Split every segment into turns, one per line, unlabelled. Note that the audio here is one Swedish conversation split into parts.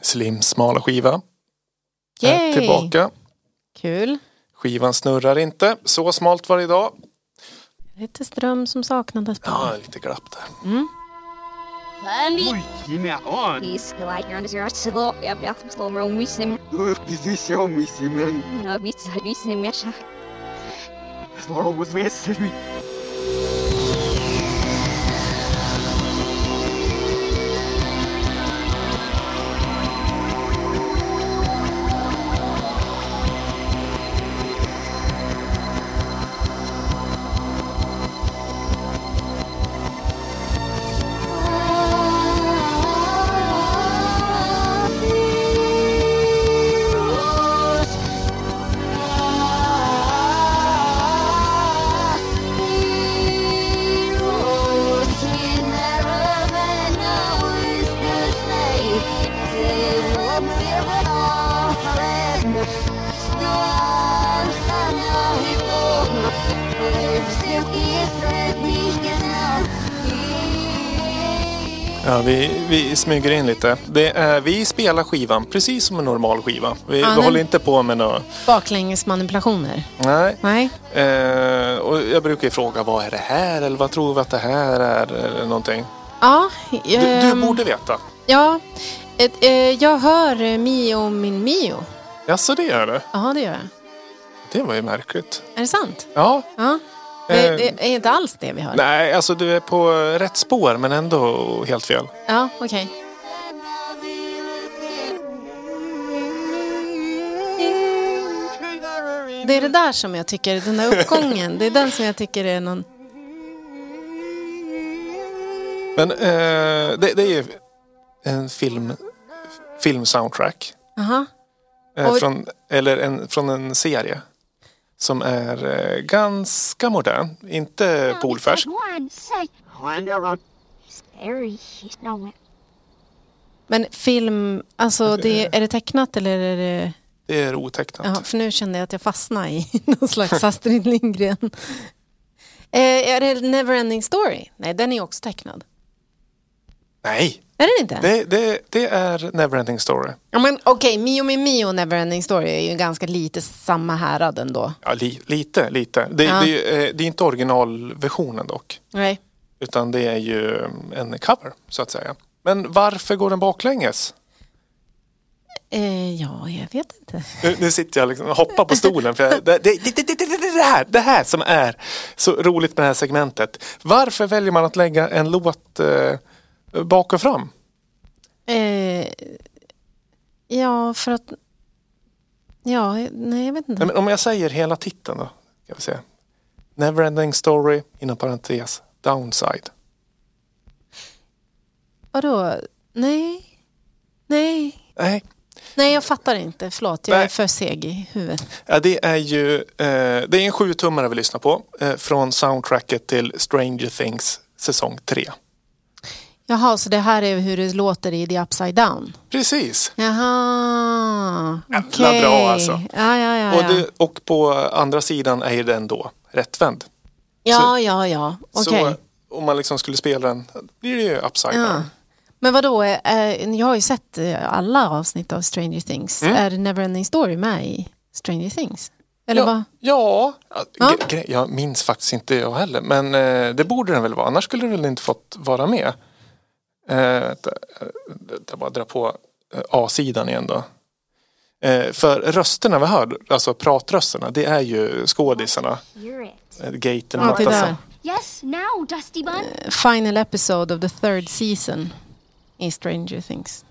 Slim smala skiva. Är
Yay!
Eh, tillbaka.
Kul.
Skivan snurrar inte. Så smalt var det idag.
Lite ström som saknades.
Ja, lite glapp där.
Andy,
Мультимеон.
he's like under your soul. I have nothing to wrong with him.
Веселый Семен.
No, it's a bit of
Слово веселый.
Ja, vi, vi smyger in lite. Det är, vi spelar skivan precis som en normal skiva. Vi,
Ja,
vi
men-
håller inte på med några...
Baklängesmanipulationer.
Nej.
Nej.
Eh, och jag brukar ju fråga vad är det här eller vad tror vi att det här är eller någonting.
Ja.
Du,
ehm,
du borde veta.
Ja. Ett, eh, jag hör eh, Mio min Mio.
Jaså det gör det?
Ja, det gör jag.
Det var ju märkligt.
Är det sant?
Ja.
Ja. Det,
Eh,
det är inte alls det vi hör.
Nej, alltså du är på rätt spår men ändå helt fel.
Ja, okej. Det är det där som jag tycker, den där uppgången, det är den som jag tycker är någon...
Men eh, det, det är ju en film, filmsoundtrack.
Aha.
Eh,
Och-
från, eller en, från en serie. Som är eh, ganska modern. Inte polfärsk.
Валера.
Men film, alltså det, är det tecknat eller är det...
Det är otecknat.
Ja, för nu kände jag att jag fastnade i någon slags Astrid Lindgren. Eh, är det Neverending Story? Nej, den är ju också tecknad.
Nej,
Är den inte?
det, det, det är Neverending Story.
Ja, men okej, Mio min Mio och Neverending Story är ju ganska lite samma härad ändå.
Ja, li, lite, lite. Det,
Ja.
det, är, ju, eh, det är inte originalversionen dock.
Nej.
Utan det är ju en cover, så att säga. Men varför går den baklänges?
Eh, ja, jag vet inte.
Nu, nu sitter jag liksom och hoppar på stolen. För jag, det, det, det, det, det, det, det, här, det här som är så roligt med det här segmentet. Varför väljer man att lägga en låt eh, bak och fram?
Eh, ja, för att... Ja, nej, jag vet inte.
Nej, men om jag säger hela titeln då? Ska vi se. Neverending story, inom parentes, downside.
Vadå? Nej. Nej.
Nej,
Nej, jag fattar inte. Förlåt, jag
Nej.
är för seg i huvudet.
ja, det är ju eh, det är en sjutummare vi lyssnar på. Eh, från soundtracket till Stranger Things säsong 3.
Jaha, så det här är hur det låter i The Upside Down?
Precis.
Jaha,
Jävla
okej.
bra alltså.
Ja, ja, ja.
Och,
Ja,
det, och på andra sidan är ju den då rättvänd.
ja, ja. ja. Okej.
Så om man liksom skulle spela den, blir det ju upside
Ja.
down.
Men vadå, eh, jag har ju sett eh, alla avsnitt av Stranger Things.
Mm.
Är Neverending Story med i Stranger Things? Eller vad?
Ja, ja,
Ja.
Gre- gre- jag minns faktiskt inte jag heller. Men eh, det borde den väl vara, annars skulle den väl inte fått vara med. Eh, vänta, eh, jag bara drar på eh, A-sidan igen då. Eh, för rösterna vi hör, alltså pratrösterna, det är ju skådisarna. Eh, Gaten
Ja, det där.
Mattasson.
Yes, now, Dusty Bun.
Final episode of the third season i Stranger Things.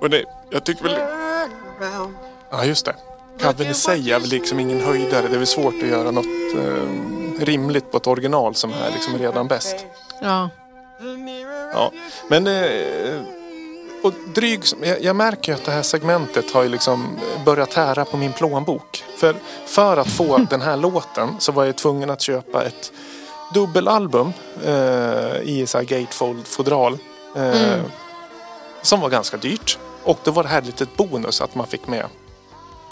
Och det, jag tycker väl... Ja, just det. Covern i sig är väl liksom ingen höjdare. Det är väl svårt att göra något eh, rimligt på ett original som är liksom redan bäst.
Ja.
Ja. Men... Eh, och dryg... Jag, jag märker ju att det här segmentet har ju liksom börjat tära på min plånbok. För, för att få den här låten så var jag tvungen att köpa ett dubbelalbum eh, i så här gatefold-fodral. Eh, Som var ganska dyrt. Och då var det här ett litet bonus att man fick med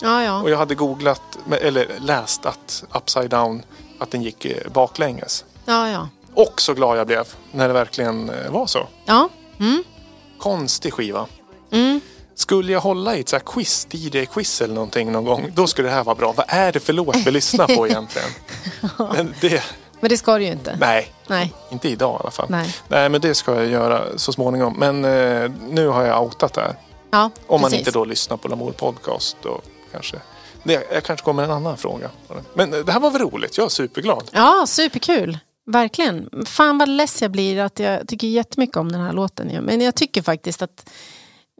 Ja, ja.
Och jag hade googlat, eller läst att Upside Down, att den gick eh, baklänges.
ja, ja.
Och så glad jag blev när det verkligen eh, var så.
ja. Mm.
Konstig skiva.
Mm.
Skulle jag hålla i ett så här quiz, DJ-quiz eller någonting någon gång, då skulle det här vara bra. Vad är det för låt vi lyssnar på egentligen? Men det,
Men det ska du ju inte.
nej,
Nej.
inte idag i alla fall.
Nej.
Nej, men det ska jag göra så småningom. Men eh, nu har jag outat det här.
Ja,
Om man
precis.
inte då lyssnar på Lamour Podcast. Då kanske. Det, jag kanske kommer med en annan fråga. på det. Men eh, det här var väl roligt? Jag är superglad.
Ja, superkul. Verkligen. Fan vad less jag blir att jag tycker jättemycket om den här låten. ju. Men jag tycker faktiskt att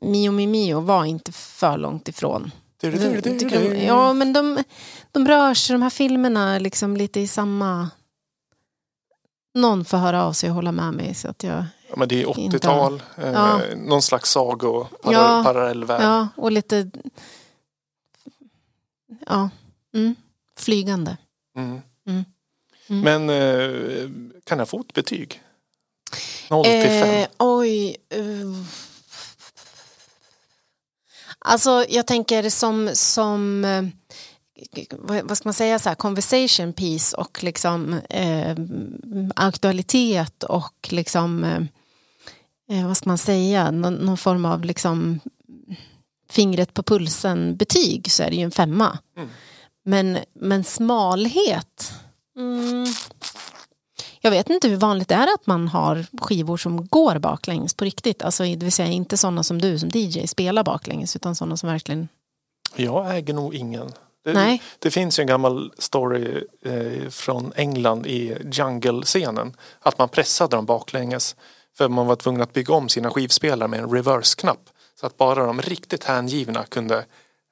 Mio Mio Mio var inte för långt ifrån.
Du, du, du, du,
Jag tycker
du.
de, ja, men de, de rör sig, de här filmerna, liksom lite i samma... Någon får höra av sig och hålla med mig. Så att jag,
Ja, men det är
Inte.
80-tal. Eh,
Ja.
Någon slags sago, para,
Ja.
parallellvärld.
ja, och lite... Ja, mm, flygande.
Mm.
Mm.
Men eh, kan jag få ett betyg? 0 till 5.
Eh, oj. eh. Alltså jag tänker som, som eh, vad vad ska man säga, så här, conversation piece och liksom eh, aktualitet och liksom, eh, eh, vad ska man säga, någon, någon form av liksom fingret på pulsen betyg så är det ju en femma.
Mm.
Men, men smalhet, mm, jag vet inte hur vanligt det är att man har skivor som går baklänges på riktigt. Alltså, det vill säga inte sådana som du som DJ spelar baklänges utan sådana som verkligen...
Jag äger nog ingen. Det,
Nej.
det finns ju en gammal story eh, från England i jungle-scenen. Att man pressade dem baklänges. För man var tvungen att bygga om sina skivspelare med en reverse-knapp. Så att bara de riktigt hängivna kunde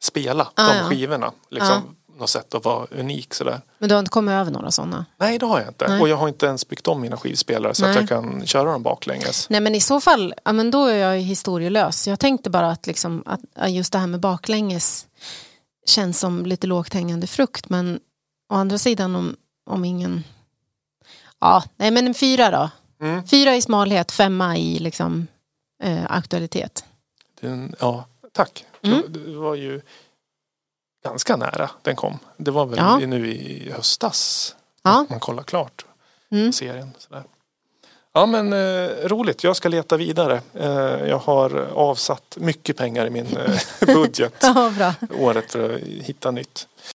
spela
Ah,
de
ja. Ah.
skivorna. Liksom, Något sätt att vara unik sådär.
Men du har inte kommit över några sådana?
Nej, det har jag inte.
Nej.
Och jag har inte ens byggt om mina skivspelare så att
Nej.
jag kan köra dem baklänges.
Nej men i så fall, ja, men då är jag ju historielös. Jag tänkte bara att, liksom, att ja, just det här med baklänges känns som lite lågt hängande frukt. Men å andra sidan om, om ingen... Ja, nej men en fyra då.
Mm.
Fyra i smalhet, femma i liksom, eh, aktualitet.
Den, ja, tack.
Mm.
Det, det var ju ganska nära den kom. Det var väl
Ja.
i- nu i höstas
Ja.
man kollar klart
Mm.
serien. Sådär. Ja men eh, roligt, jag ska leta vidare. Eh, jag har avsatt mycket pengar i min eh, budget
Ja, bra.
året för att hitta nytt.